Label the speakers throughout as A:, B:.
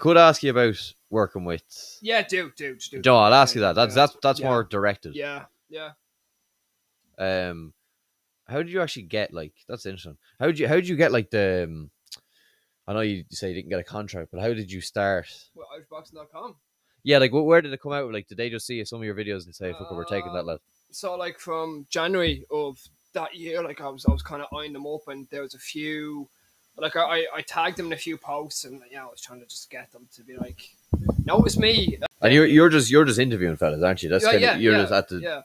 A: could ask you about working with.
B: Yeah, do, do, just do.
A: No, I'll ask you that. That's
B: Yeah.
A: that's that's
B: Yeah.
A: more directed.
B: Yeah, yeah.
A: Um, how did you actually get like? That's interesting. How did you how did you get like the? Um, I know you say you didn't get a contract, but how did you start?
B: Well, Irishboxing.com.
A: Yeah, like wh- where did it come out? Like, did they just see some of your videos and say, "Fuck, it, we're taking that
B: Um,
A: lad"?
B: so like from January of that year, like I was I was kind of eyeing them up, and there was a few, like I I, I tagged them in a few posts, and yeah, I was trying to just get them to be like, notice me.
A: And you're you're just you're just interviewing fellas, aren't you? That's
B: yeah,
A: kinda,
B: yeah,
A: you're
B: yeah,
A: just at the.
B: yeah,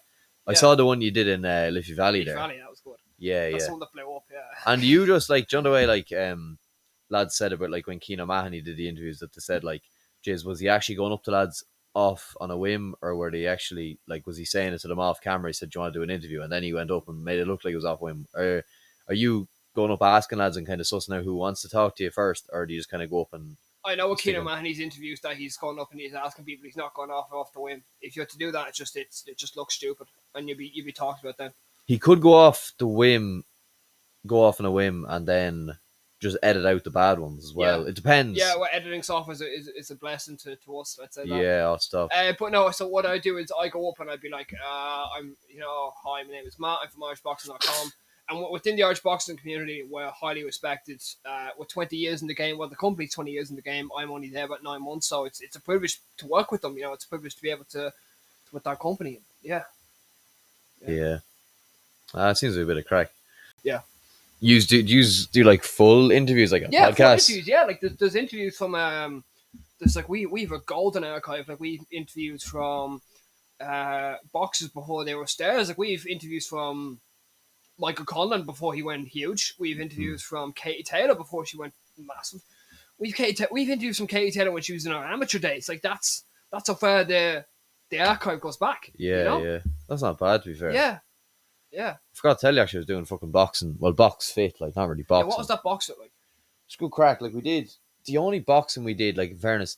A: I
B: yeah.
A: saw the one you did in uh, Liffey Valley
B: Leaf
A: there.
B: Valley, that was good.
A: Yeah,
B: That's
A: yeah.
B: the one that blew up. Yeah.
A: And you just like, do you know the way like um, lads said about like when Keenan Mahoney did the interviews that they said like, "Jeez, was he actually going up to lads off on a whim, or were they actually like, was he saying it to them off camera? He said, "Do you want to do an interview?" And then he went up and made it look like it was off whim. Or are you going up asking lads and kind of sussing out who wants to talk to you first, or do you just kind of go up and
B: I know
A: Let's see
B: Akina
A: them.
B: Mahoney's interviews that he's going up and he's asking people he's not going off off the whim. If you're to do that, it's just it's it just looks stupid, and you'll be you'll be talked about then.
A: he could go off the whim, go off on a whim, and then just edit out the bad ones as well. It depends.
B: Yeah, well, editing software is a, is, is a blessing to, to us. Let's say that.
A: yeah, odd stuff.
B: Uh, but no, so what I do is I go up and I'd be like, uh, I'm, you know, hi, my name is Matt. I'm from IrishBoxing.com. And w- within the Irish boxing community, we're highly respected. Uh, we're 20 years in the game. Well, the company's 20 years in the game. I'm only there about nine months. So it's it's a privilege to work with them. You know, it's a privilege to be able to, with that company. Yeah.
A: Yeah. Uh, it seems to be a bit of crack.
B: Yeah.
A: Use do use do like full interviews like a
B: yeah, full
A: podcast.
B: interviews. Yeah, like there's, there's interviews from um, there's like we we have a golden archive. Like we have interviews from uh boxers before they were stars. Like we've interviews from Michael Conlon before he went huge. We've interviews
A: Hmm.
B: from Katie Taylor before she went massive. We've Katie Ta- we've interviews from Katie Taylor when she was in her amateur days. Like that's that's how far the the archive goes back.
A: Yeah,
B: you know?
A: yeah. That's not bad to be fair.
B: yeah, yeah.
A: forgot to tell you actually I was doing fucking boxing. Well box fit, like not really
B: Yeah,
A: boxing.
B: What was that boxer like?
A: It's good crack. Like we did the only boxing we did, like in fairness,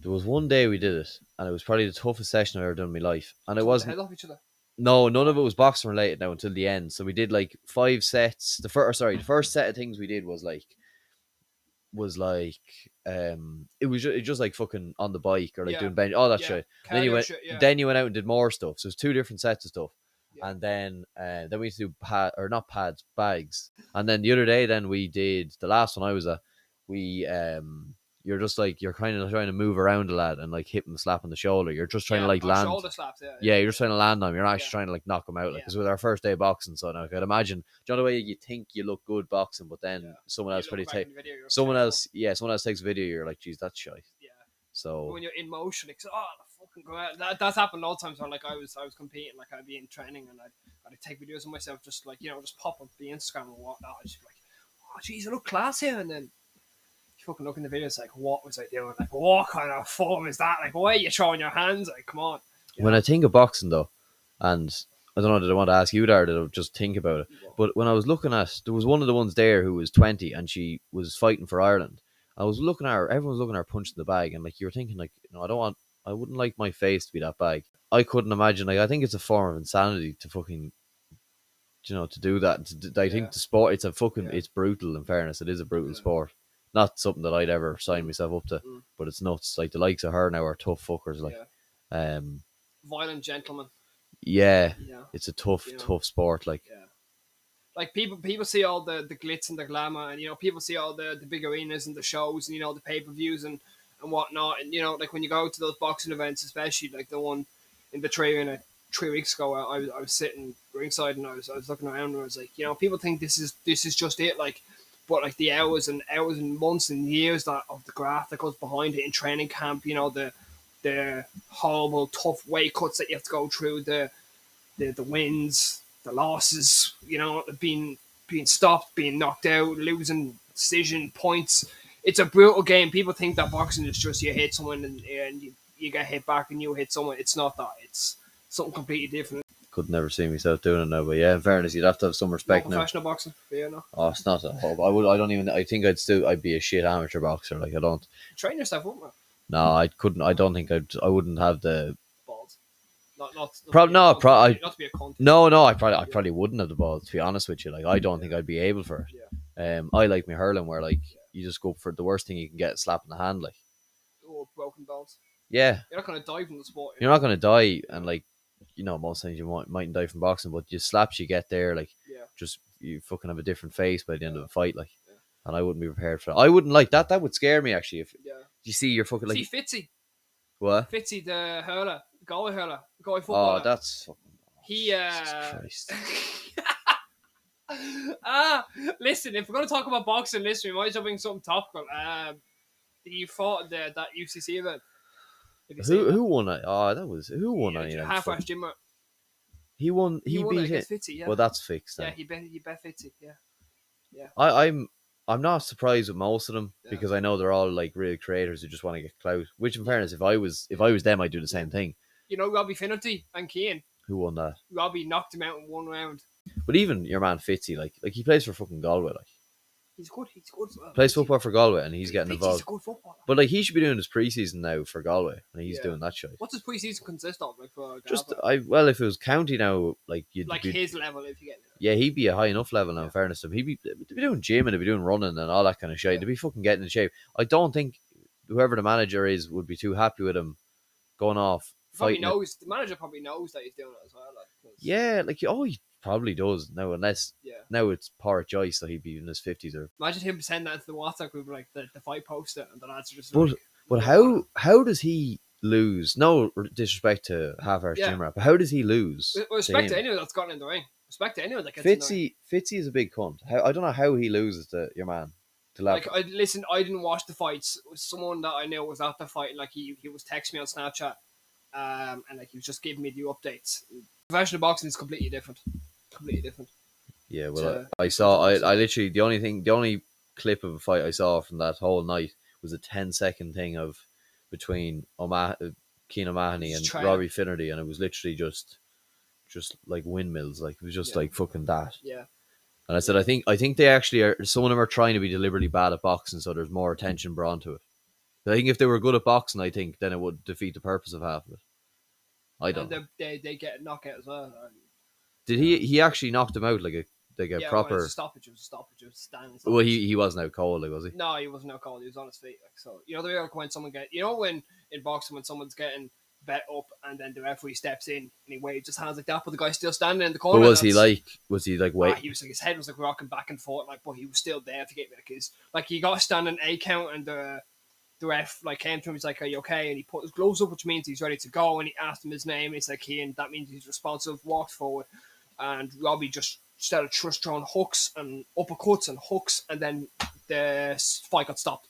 A: there was one day we did it and it was probably the toughest session I've ever done in my life. And it wasn't
B: Head off each other.
A: No, none of it was boxing related now until the end. So we did like five sets. The first, sorry, the first set of things we did was like, was like, um, it was just, it just like fucking on the bike or like
B: Yeah.
A: doing bench, all that
B: Yeah.
A: shit. Then you
B: Cardio
A: went,
B: shit, yeah.
A: then you went out and did more stuff. So it's two different sets of stuff.
B: Yeah.
A: And then, uh, then we used to do pad or not pads, bags. And then the other day, then we did the last one I was at. We, um, you're just like you're kind of trying to move around a lad and like hit him, slap on the shoulder. You're just trying
B: Yeah,
A: to like
B: or
A: land.
B: shoulder slaps. Yeah,
A: Yeah, you're just trying to land on him. You're not actually
B: Yeah.
A: trying to like knock him out. Like,
B: Yeah.
A: because with our first day of boxing, so now I could imagine. Do you know the way you think you look good boxing, but then
B: Yeah.
A: someone
B: You
A: else
B: look
A: pretty
B: back
A: take
B: in the video, you're
A: someone
B: upset.
A: else. Yeah, someone else takes a video. You're like, geez, that's shy.
B: Yeah.
A: So
B: when you're in motion, it's oh the fucking go out. That, that's happened all the times. Where, like I was, I was competing, like I'd be in training and I'd, I'd take videos of myself, just like you know, just pop up the Instagram and whatnot. I'd just be like, oh jeez, I look class here, and then you fucking look in the video, it's like, what was I doing? Like, what kind of form is that? Like, why are you throwing your hands? Like, come on.
A: when I think of boxing though, and I don't know, did I want to ask you there? or Did I just think about it? But when I was looking at, there was one of the ones there who was 20 and she was fighting for Ireland. I was looking at her, everyone was looking at her punch in the bag, and like you were thinking, like, no, I don't want, I wouldn't like my face to be that bag. I couldn't imagine, like, I think it's a form of insanity to fucking, you know, to do that. To, to- I
B: Yeah.
A: think the sport, it's a fucking,
B: Yeah.
A: it's brutal in fairness. It is a brutal
B: Yeah.
A: sport. Not something that I'd ever sign myself up to,
B: Mm.
A: but it's nuts. Like, the likes of her now are tough fuckers. Like,
B: yeah.
A: um,
B: Violent gentleman.
A: yeah,
B: Yeah.
A: it's a tough,
B: Yeah.
A: tough sport. Like,
B: Yeah. Like people, people see all the the glitz and the glamour, and you know, people see all the the big arenas and the shows, and you know, the pay per views and and whatnot. And you know, like when you go to those boxing events, especially like the one in the tree arena three weeks ago, I, I was I was sitting ringside and I was I was looking around and I was like, you know, people think this is this is just it, like. But like the hours and hours and months and years that of the graft that goes behind it in training camp, you know the the horrible tough weight cuts that you have to go through, the the, the wins, the losses, you know, being being stopped, being knocked out, losing decision points. It's a brutal game. People think that boxing is just you hit someone and, and you, you get hit back and you hit someone. It's not that. It's something completely different.
A: could never see myself doing it now. But yeah, in fairness, you'd have to have some
B: Not
A: respect now.
B: professional boxing, you know.
A: Oh, it's not a hope. I would. I don't even. I think I'd still. I'd be a shit amateur boxer. Like I don't.
B: Train yourself up, man.
A: No, I couldn't. I don't think I'd. I wouldn't have the.
B: Balls. Not not. not
A: Prob-
B: to be a
A: no,
B: cunt,
A: pro- I-
B: not to be a cunt.
A: No, no. I probably. I probably wouldn't have the balls. To be honest with you, like I don't think I'd be able for it. Um, I like my hurling where like you just go for the worst thing you can get, a slap in the hand. Like
B: with oh, broken bones.
A: Yeah,
B: You're not going to die from the sport. you
A: you're not gonna die, and like you know, most things you might mightn't die from boxing, but just slaps you get there, like
B: Yeah.
A: just you fucking have a different face by the end of a fight, like.
B: Yeah.
A: And I wouldn't be prepared for that. I wouldn't like that. That would scare me actually. If
B: know?
A: you see your fucking
B: Yeah.
A: like
B: See Fitzy,
A: what?
B: Fitzy the hurler, Galway hurler, Galway
A: Oh,
B: footballer.
A: that's fucking
B: he
A: Jesus
B: uh,
A: Christ.
B: ah, listen, if we're going to talk about boxing, listen, we might as well bring something topical. Um, he fought the, that UCC event. Have you seen
A: Who
B: that?
A: who won it? Oh, that was who won it? you know,
B: half
A: fuck.
B: ass Jimmer.
A: He won. He,
B: uh, He, won it
A: beat it.
B: against Fitzy, yeah.
A: Well, that's fixed. Then.
B: yeah, he bet he bet Fitzy, yeah.
A: I, I'm I'm not surprised with most of them
B: Yeah.
A: because I know they're all like real creators who just want to get clout. Which, in fairness, if I was if I was them, I'd do the same thing.
B: You know, Robbie Finnerty and Keane.
A: Who won that?
B: Robbie knocked him out in one round.
A: But even your man Fitzy, like like he plays for fucking Galway, like
B: He's good. He's good. as well.
A: plays
B: Fitzy-
A: football for Galway, and he's getting
B: Fitzy's
A: involved.
B: a good footballer.
A: But like he should be doing his preseason now for Galway, and he's
B: Yeah.
A: doing that shit.
B: What does preseason consist of? Like for
A: Just
B: just
A: I well, if it was county now, like you'd
B: like
A: be,
B: his level, if you get it.
A: yeah, he'd be a high enough level now. In fairness to him, he'd be, they'd be doing gym and he'd be doing running and all that kind of shit. They'd be fucking getting in shape. I don't think whoever the manager is would be too happy with him going off.
B: Probably
A: fighting a
B: knows the manager. Probably knows that he's doing it as well. Like 'cause-
A: Yeah, like oh, he probably does now. Unless
B: yeah.
A: now it's Parrot Joyce, so he'd be in his fifties or.
B: Imagine him sending that to the WhatsApp group like the, the fight poster, and the lads are just.
A: But
B: like,
A: but how how does he lose? No r- disrespect to half hour
B: Yeah.
A: gym rap, but how does he lose?
B: With- with respect to
A: him?
B: anyone that's gotten in the ring. Respect to anyone that gets in the ring.
A: Fitzy Fitzy is a big cunt. How, I don't know how he loses to your man. To
B: Like
A: like,
B: I listen, I didn't watch the fights. Someone that I know was at the fight. Like he, he was texting me on Snapchat, um, and like he was just giving me the updates. Professional boxing is completely different. Completely different.
A: yeah, well,
B: to-
A: I, I saw. I, I literally the only thing, the only clip of a fight I saw from that whole night was a 10 second thing of between Oma, uh, Keane O'Mahony
B: Just
A: and
B: trying.
A: Robbie Finnerty, and it was literally just, just like windmills. Like it was just
B: Yeah.
A: like fucking that.
B: Yeah.
A: And I said, I think I think they actually are. Some of them are trying to be deliberately bad at boxing, so there's more attention brought to it. I think if they were good at boxing, I think then it would defeat the purpose of half of it. I don't.
B: And
A: know.
B: they, they they get a knockout as well. Um,
A: Did he? He actually knocked him out like a like a
B: yeah, well, it's
A: proper.
B: a stoppage. It was a stoppage. It was a stand.
A: Well, he he wasn't out cold, like, was he?
B: No, he wasn't out cold. He was on his feet. Like, so you know the way like when someone get you know when in boxing when someone's getting bet up and then the referee steps in and he waves his hands like that, but the guy's still standing in the corner.
A: But was he
B: that's-
A: like? Was he like?
B: Wait.
A: Wait,
B: he was like his head was like rocking back and forth, like but he was still there to get like his like he got a standing A count and the the ref like came to him, he's like, Are you okay? And he put his gloves up, which means he's ready to go, and he asked him his name, it's like he and that means he's responsive, walked forward and Robbie just started trust throwing hooks and uppercuts and hooks and then the s- fight got stopped.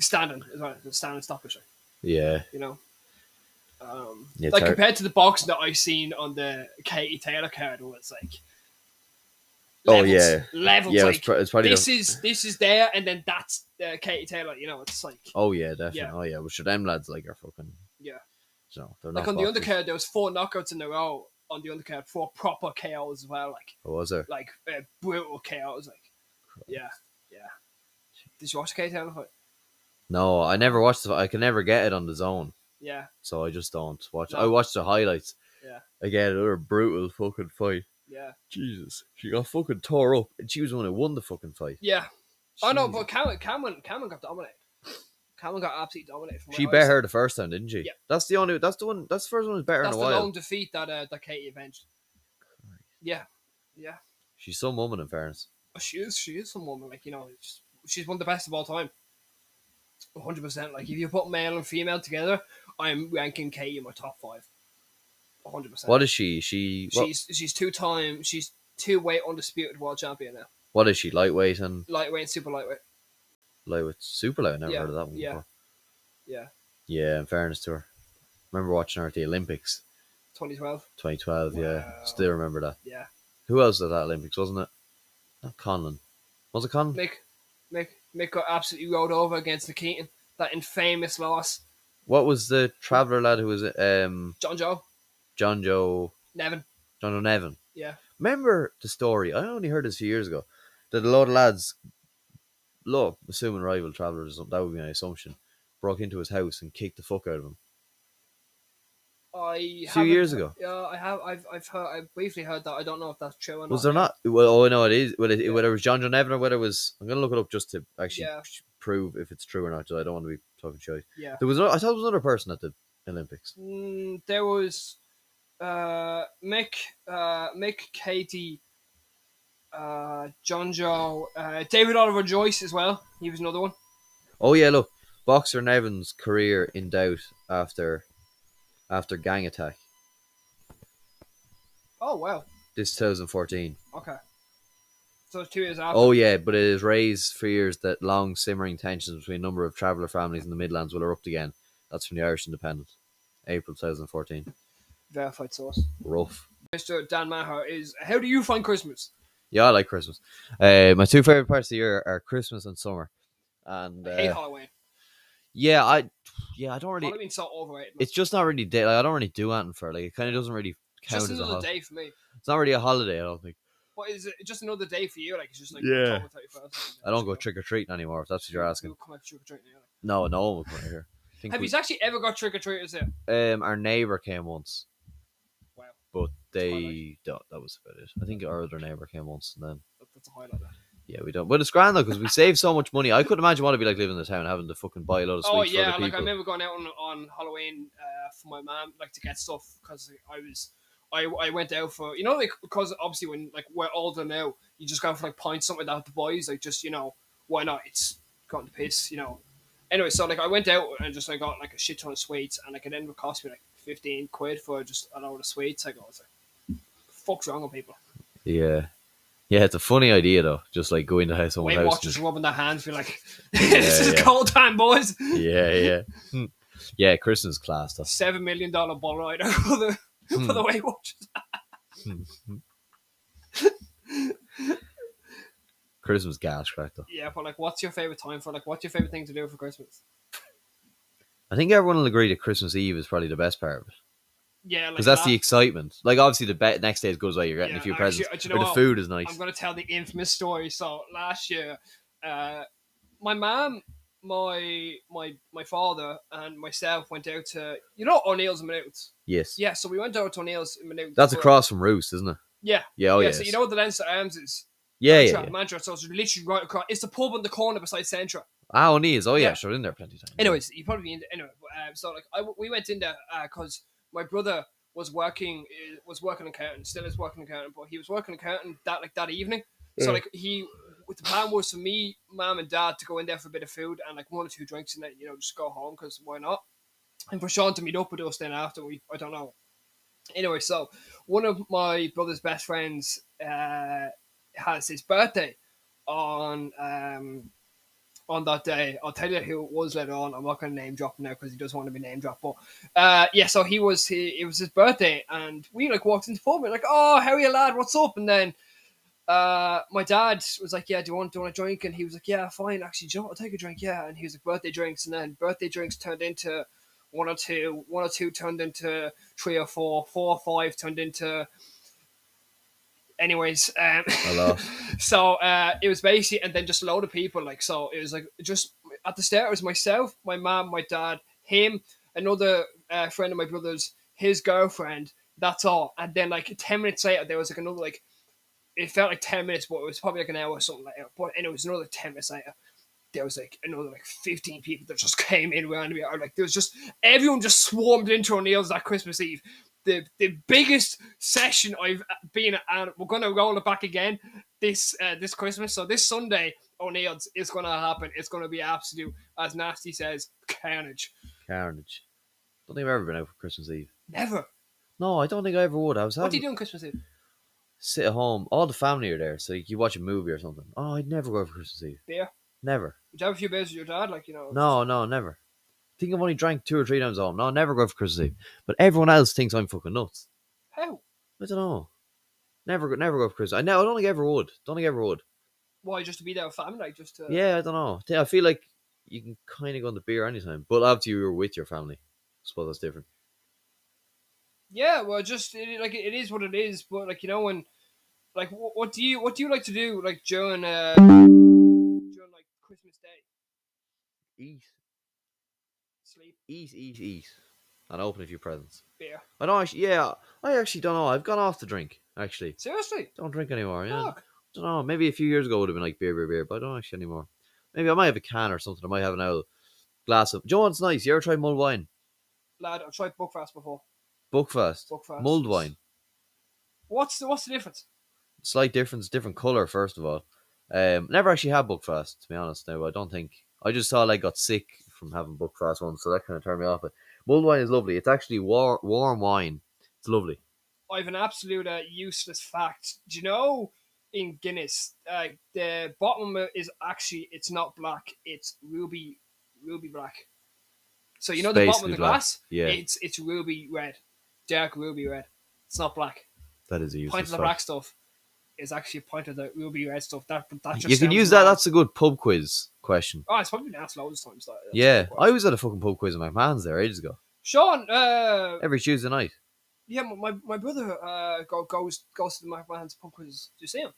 B: Standing is right, standing stoppage, like,
A: yeah,
B: you know. Um,
A: Yeah,
B: like
A: Tar-
B: compared to the boxing that I've seen on the Katie Taylor card, where it's like
A: Oh,
B: levels,
A: yeah.
B: levels.
A: yeah. It's,
B: like,
A: pr- it's probably.
B: this
A: the-
B: is this is there, and then that's uh, Katie Taylor. You know, it's like
A: oh yeah, definitely.
B: Yeah.
A: Oh yeah, well, sure them lads like are fucking.
B: Yeah.
A: So they're not.
B: like on the
A: boxers.
B: undercard, there was four knockouts in a row on the undercard, four proper KOs as well, like
A: Oh, was there?
B: like uh, brutal KOs, like yeah, yeah. Did you watch the Katie Taylor fight?
A: No, I never watched. The, I can never get it on the zone,
B: Yeah,
A: so I just don't watch.
B: No.
A: I watched the highlights.
B: Yeah.
A: Again, another brutal fucking fight.
B: yeah,
A: Jesus, she got fucking tore up, and she was the one who won the fucking fight.
B: yeah. Oh no,
A: Jesus.
B: but Cameron, Cameron, Cameron got dominated. Cameron got absolutely dominated. From
A: She
B: what I
A: bet
B: saw.
A: her the first time, didn't she?
B: Yeah.
A: That's the only. That's the one. That's the first one. Is better
B: That's
A: in
B: the
A: a while.
B: lone defeat that uh, that Katie avenged. Yeah, yeah.
A: She's some woman, in fairness.
B: Oh, she is she is some woman like you know she's, she's one of the best of all time 100% like if you put male and female together i'm ranking Katie in my top five 100%
A: What is she? She. What,
B: she's she's two time she's two weight undisputed world champion now
A: what is she? Lightweight and
B: lightweight and super lightweight
A: lightweight, super light. I never
B: Yeah,
A: heard of that one
B: yeah,
A: before.
B: yeah.
A: Yeah, in fairness to her, remember watching her at the Olympics,
B: 2012
A: 2012.
B: Wow.
A: Yeah, still remember that.
B: yeah
A: Who else was at that Olympics? Wasn't it? Not Conlon. Was it Conlon?
B: mick mick mick got absolutely rolled over against the keaton that infamous loss
A: What was the traveler lad who was um
B: john joe
A: John Joe
B: nevin
A: John O'Nevin?
B: yeah
A: remember the story? I only heard this a few years ago that a lot of lads, look, assuming rival travelers, or something, that would be my assumption, broke into his house and kicked the fuck out of him.
B: I
A: A few
B: haven't-
A: years ago.
B: Yeah, I have. I've, I've heard. I briefly heard that. I don't know if that's true or not.
A: Was there not? Well, oh, I know it is. Whether it,
B: Yeah.
A: whether it was John John Evan or whether it was, I'm gonna look it up just to actually
B: Yeah.
A: prove if it's true or not. 'cause I don't want to be talking shit.
B: Yeah.
A: There was no, I thought there was another person at the Olympics.
B: Mm, there was uh, Mick, uh, Mick, Katie, uh, John Joe, uh, David Oliver Joyce as well. He was another one.
A: Oh yeah, look, boxer Nevin's career in doubt after after gang attack.
B: Oh wow.
A: This 2014.
B: Okay. So it's two years after.
A: Oh yeah, but it has raised fears that long simmering tensions between a number of traveller families in the Midlands will erupt again. That's from the Irish Independent, April 2014.
B: Verified source.
A: Rough.
B: Mr. Dan Maher is. How do you find Christmas?
A: Yeah, I like Christmas. Uh, my two favorite parts of the year are Christmas and summer. And
B: I hate
A: uh,
B: Halloween.
A: yeah, I yeah I don't really.
B: Halloween's so overrated. man.
A: It's just not really day. Like, I don't really do anything for it. Like it kind of doesn't really count
B: just
A: as a
B: another
A: holiday.
B: day for me.
A: It's not really a holiday. I don't think.
B: What is it? Just another day for you? Like it's just like
A: Yeah.
B: October 31st.
A: I don't go trick or treating anymore. If that's what you're asking.
B: People come out trick or treating, yeah.
A: No, no one would come out here. I think
B: Have
A: we,
B: you actually ever got trick or treaters here?
A: um, our neighbor came once.
B: Wow.
A: But
B: highlight.
A: they don't. That was about it. I think our other neighbor came once, and then
B: That- That's a highlight. there.
A: yeah, we don't. But it's grand though because we save so much money. I couldn't imagine what it'd be like living in the town having to fucking buy a lot of sweets for
B: Oh
A: other
B: yeah, like I
A: people.
B: remember going out on, on Halloween uh, for my mom, like to get stuff because I was, I, I went out for you know like because obviously when like we're older now, you just go for like pints something like that with the boys, like just you know why not? It's gotten to piss, you know. Anyway, so like I went out and just I got like a shit ton of sweets, and like it ended up costing me like fifteen quid for just an load of sweets. Like I was like, fuck's wrong with people?
A: Yeah. Yeah, it's a funny idea though. Just like going to house someone's
B: Weight
A: house.
B: Watchers
A: and-
B: rubbing their hands, be like, this is
A: yeah.
B: cold time, boys.
A: Yeah, yeah. Hmm. yeah, Christmas class. That's hmm,
B: Seven million dollar ball rider for the for the Weight Watchers.
A: Christmas gas crack though.
B: Yeah, but like, what's your favorite time for? Like, what's your favorite thing to do for Christmas?
A: I think everyone will agree that Christmas Eve is probably the best part of it.
B: Yeah, like
A: Because that's
B: that-
A: the excitement. Like obviously the be- next day is good as well. You're getting
B: Yeah,
A: a few
B: actually,
A: presents.
B: uh, do you
A: but
B: know
A: the
B: what?
A: food is nice.
B: I'm gonna tell the infamous story. So last year, uh, my mom, my my my father, and myself went out to you know O'Neill's and Minutes.
A: Yes.
B: Yeah, so we went out to O'Neill's and Minutes.
A: That's
B: for-
A: across from Roost, isn't it?
B: Yeah,
A: Yeah, oh
B: yeah.
A: yes.
B: So you know what the Leinster Arms is?
A: yeah, yeah,
B: Mantra,
A: yeah.
B: Mantra. So it's literally right across. It's the pub on the corner beside Centra.
A: Ah, on is. Oh yeah,
B: Yeah.
A: sure, in there plenty of times.
B: Anyways, you probably in, anyway. Um, so like, I w- we went in there because my brother was working uh, was working in accounting, still is working in accounting, but he was working in accounting that like that evening. So like he, the plan was for me, mom, and dad to go in there for a bit of food and like one or two drinks, and then you know just go home because why not? And for Sean to meet up with us then after we, I don't know. Anyway, so one of my brother's best friends uh, has his birthday on um, on that day. I'll tell you who it was later on. I'm not going to name drop him now because he doesn't want to be name dropped. But uh, yeah, so he was he, it was his birthday, and we like walked into the pub and like, oh, how are you, lad? What's up? And then uh, my dad was like, yeah, do you want do you want a drink? And he was like, yeah, fine, actually, do you know what? I'll take a drink, yeah. And he was like, birthday drinks, and then birthday drinks turned into one or two, one or two turned into three or four, four or five turned into. Anyways, um,
A: I lost.
B: so uh, it was basically, and then just a load of people. Like, so it was like just at the start, it was myself, my mom, my dad, him, another uh, friend of my brother's, his girlfriend. That's all. And then like ten minutes later, there was like another like it felt like ten minutes, but it was probably like an hour or something later. But and it was another ten minutes later. There was like another like fifteen people that just came in around me. I like there was just everyone just swarmed into O'Neill's that Christmas Eve. The the biggest session I've uh, been at, and we're gonna roll it back again this uh, this Christmas. So this Sunday, O'Neill's is gonna happen. It's gonna be absolute, as Nasty says, carnage.
A: Carnage. Don't think I've ever been out for Christmas Eve.
B: Never.
A: No, I don't think I ever would. I was
B: What do
A: having
B: you do on Christmas Eve?
A: sit at home. All the family are there, so you watch a movie or something. Oh, I'd never go out for Christmas Eve.
B: Beer?
A: Never.
B: Would you have a few beers with your dad? Like you know.
A: No, no, never. I think I've only drank two or three times home. No, I never go out for Christmas Eve. But everyone else thinks I'm fucking nuts.
B: How?
A: I don't know. Never, go- never go out for Christmas. I know. I don't think I ever would. Don't think I ever would.
B: Why? Just to be there with family, like just to.
A: Yeah, I don't know. I feel like you can kind of go on the beer anytime, but after you're with your family, I suppose that's different.
B: Yeah, well, just it, like it is what it is, but like you know, when like what, what do you what do you like to do like during uh during like Christmas Day?
A: Eat,
B: Sleep,
A: eat, eat, eat, and open a few presents.
B: beer.
A: I don't actually. Yeah, I actually don't know. I've gone off the drink. Actually,
B: Seriously,
A: don't drink anymore. Yeah,
B: Fuck.
A: don't know. Maybe a few years ago would have been like beer, beer, beer, but I don't actually anymore. Maybe I might have a can or something. I might have an owl. glass of. Do you know what's nice? You ever tried mulled wine?
B: Lad, I've tried Buckfast before.
A: Buckfast.
B: Buckfast.
A: Mulled wine.
B: What's the, what's the difference?
A: Slight difference, different color, first of all. Um, never actually had Buckfast, to be honest. Now, I don't think. I just saw I got sick from having Buckfast once, so that kind of turned me off. But mulled wine is lovely. It's actually war- warm wine. It's lovely.
B: I have an absolute uh, useless fact. Do you know in Guinness, uh, the bottom of it is actually it's not black, it's ruby, ruby black. So you know the
A: It's
B: bottom of
A: basically
B: the
A: black,
B: glass,
A: yeah.
B: it's it's ruby red, dark ruby red. It's not black.
A: That is a useless
B: Pint of the
A: fact.
B: black stuff is actually a pint of the ruby red stuff. That that just
A: You can
B: sounds
A: use that.
B: wrong.
A: That's a good pub quiz question.
B: oh, it's probably been asked loads of times. That, that's
A: yeah,
B: a good
A: I
B: question.
A: was at a fucking pub quiz at McMahon's there ages ago.
B: Sean, uh,
A: Every Tuesday night.
B: yeah, my, my brother uh go, goes goes to the McMahon's pub quizzes. Do you see him?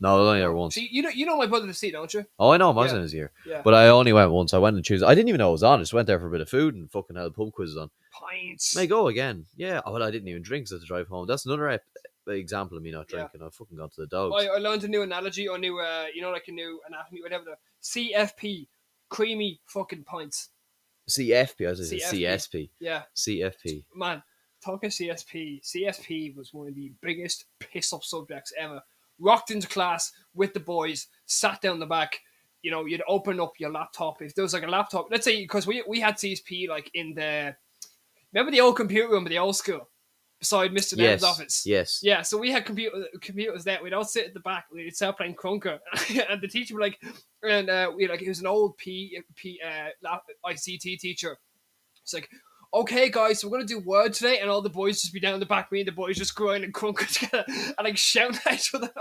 A: No, I was only there once.
B: See, you know you know my brother to see, don't you?
A: Oh, I know, mine was
B: Yeah.
A: in his year.
B: Yeah.
A: But I only went once. I went on Tuesday. I didn't even know it was on. I just went there for a bit of food and fucking had pub quizzes on.
B: Pints.
A: May go again. Yeah. Oh, well, I didn't even drink, so I had to drive home. That's another ep- example of me not
B: Yeah. uh,
A: drinking. I fucking got to the dogs.
B: I, I learned a new analogy or new, uh, you know, like a new anatomy, whatever. The CFP, creamy fucking pints.
A: CFP. I was gonna say CSP.
B: Yeah,
A: CFP.
B: man. Talking CSP, CSP was one of the biggest piss up subjects ever. Rocked into class with the boys, sat down the back. You know, you'd open up your laptop if there was like a laptop. Let's say because we we had CSP like in the remember the old computer room of the old school beside Mister
A: Yes.
B: Ben's office.
A: Yes.
B: Yeah, so we had computer, computers there. We'd all sit at the back. We'd start playing Crunker, and the teacher would like, and uh, we like it was an old P P uh, lap- ICT teacher. It's like, okay, guys, so we're gonna do word today, and all the boys just be down the back. Me and the boys just growing and Crunker together, and like shouting at each other.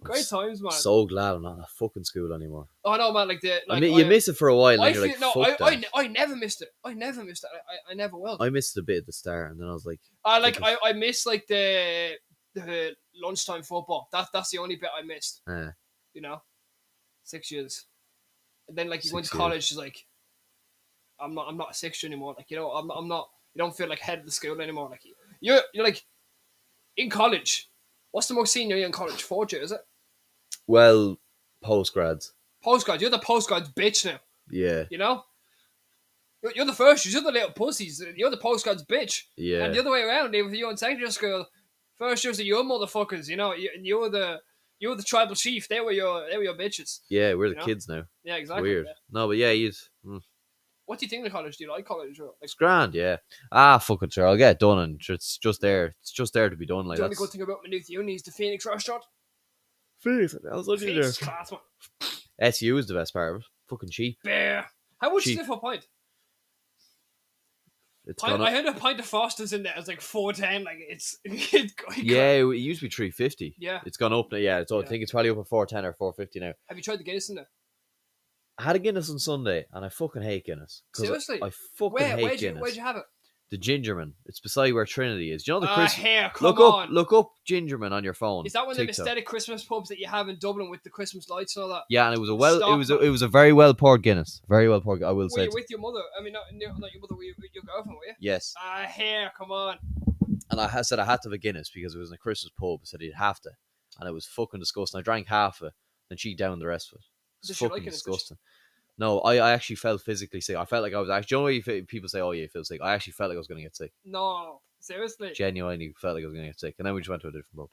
B: Great times, man.
A: So glad I'm not in a fucking school anymore.
B: oh no, man, like the like
A: I mean, you
B: I-
A: miss it for a while, and
B: I
A: you're
B: feel
A: like,
B: no,
A: fuck
B: I, I,
A: that.
B: ne- I never missed it. I never missed it. I, I, I never will.
A: I, missed it a bit at the start, and then I was like,
B: I like I,
A: Because-
B: I miss like the the lunchtime football. That that's the only bit I missed.
A: eh.
B: You know, six years, and then like you went to
A: Six years.
B: college. It's like I'm not I'm not a sixth year anymore. Like you know I'm not, I'm not you don't feel like head of the school anymore. Like you're you're like in college. What's the most senior year in college? Fourth year is it?
A: well, post grads.
B: Postgrad. You're the postgrad bitch now.
A: Yeah.
B: You know. You're, you're the first. You're the little pussies. You're the postgrad's bitch.
A: Yeah.
B: And the other way around, if you're in secondary school, first years are your motherfuckers, you know, you, and you're the you're the tribal chief. They were your they were your bitches.
A: yeah, we're the
B: you know?
A: kids now.
B: Yeah, exactly.
A: Weird.
B: yeah.
A: No, but yeah, you'd. Mm.
B: What do you think of college? Do you like college? Or, like,
A: It's grand, yeah. Ah, fucking sure. I'll get it done, and it's just there. It's just there to be done. Like
B: the only
A: that's.
B: good thing about Maynooth Uni is the Phoenix restaurant.
A: Faith, I was looking
B: Phoenix class, man.
A: there. SU is the best part of it. Fucking cheap.
B: Bear. How much is
A: Cheap.
B: it for a pint?
A: It's
B: pint
A: gone
B: I
A: up.
B: heard a pint of Foster's in there. It's like four ten. Like it's it,
A: Yeah, it used to be three fifty.
B: yeah.
A: It's gone up now. Yeah, it's, I
B: Yeah.
A: think it's probably up at four ten or four fifty now.
B: Have you tried the Guinness in there?
A: I had a Guinness on Sunday, and I fucking hate Guinness. 'cause I-
B: Seriously?
A: I, fucking
B: Where
A: hate
B: where'd you
A: Guinness.
B: where'd you have it?
A: The Gingerman. It's beside where Trinity is. Do you know the
B: Ah,
A: Christmas?
B: here, come
A: look
B: on.
A: up, look up Gingerman on your phone.
B: is that one of the
A: TikTok.
B: aesthetic Christmas pubs that you have in Dublin with the Christmas lights and all that?
A: Yeah, and it was a well, it
B: Stop.
A: was a, it was a very well poured Guinness, very well poured. I will
B: Were
A: say,
B: you
A: it's-
B: with your mother? I mean, not, not not your mother, were you with your girlfriend, were you?
A: yes.
B: Ah, here, come on.
A: And I had- said I had to have a Guinness because it was in a Christmas pub. I said you'd have to, and it was fucking disgusting. I drank half of it, then she downed the rest of it. It's
B: Does she
A: fucking
B: like Guinness, does she?
A: disgusting. No, I, I actually felt physically sick. I felt like I was actually. You know, when you fe- people say, "Oh, yeah, you feel sick." I actually felt like I was going to get sick.
B: No, seriously.
A: Genuinely felt like I was going to get sick, and then we just went to a different pub.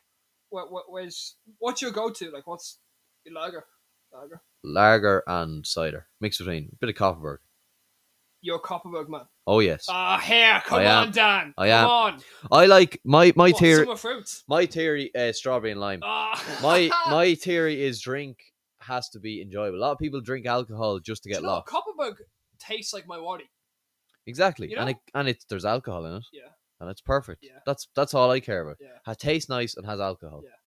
B: What, what, where's, what's your go-to? Like, what's your lager? Lager.
A: Lager and cider mixed between a bit of Copperberg.
B: You're a Copperberg man.
A: Oh yes,
B: Ah, here, come
A: I am.
B: on, Dan.
A: I
B: Come
A: am.
B: on.
A: I like my Oh, my
B: What,
A: theory.
B: Summer fruits.
A: My theory, uh, strawberry and lime.
B: Ah.
A: my my theory is drink has to be enjoyable. A lot of people drink alcohol just to
B: Do you
A: get
B: know,
A: locked.
B: Copperberg tastes like my waddy.
A: Exactly,
B: You
A: and it
B: know?
A: and it's there's alcohol in it.
B: Yeah.
A: and it's perfect.
B: Yeah.
A: that's that's all I care about.
B: Yeah.
A: It tastes nice and has alcohol.
B: Yeah.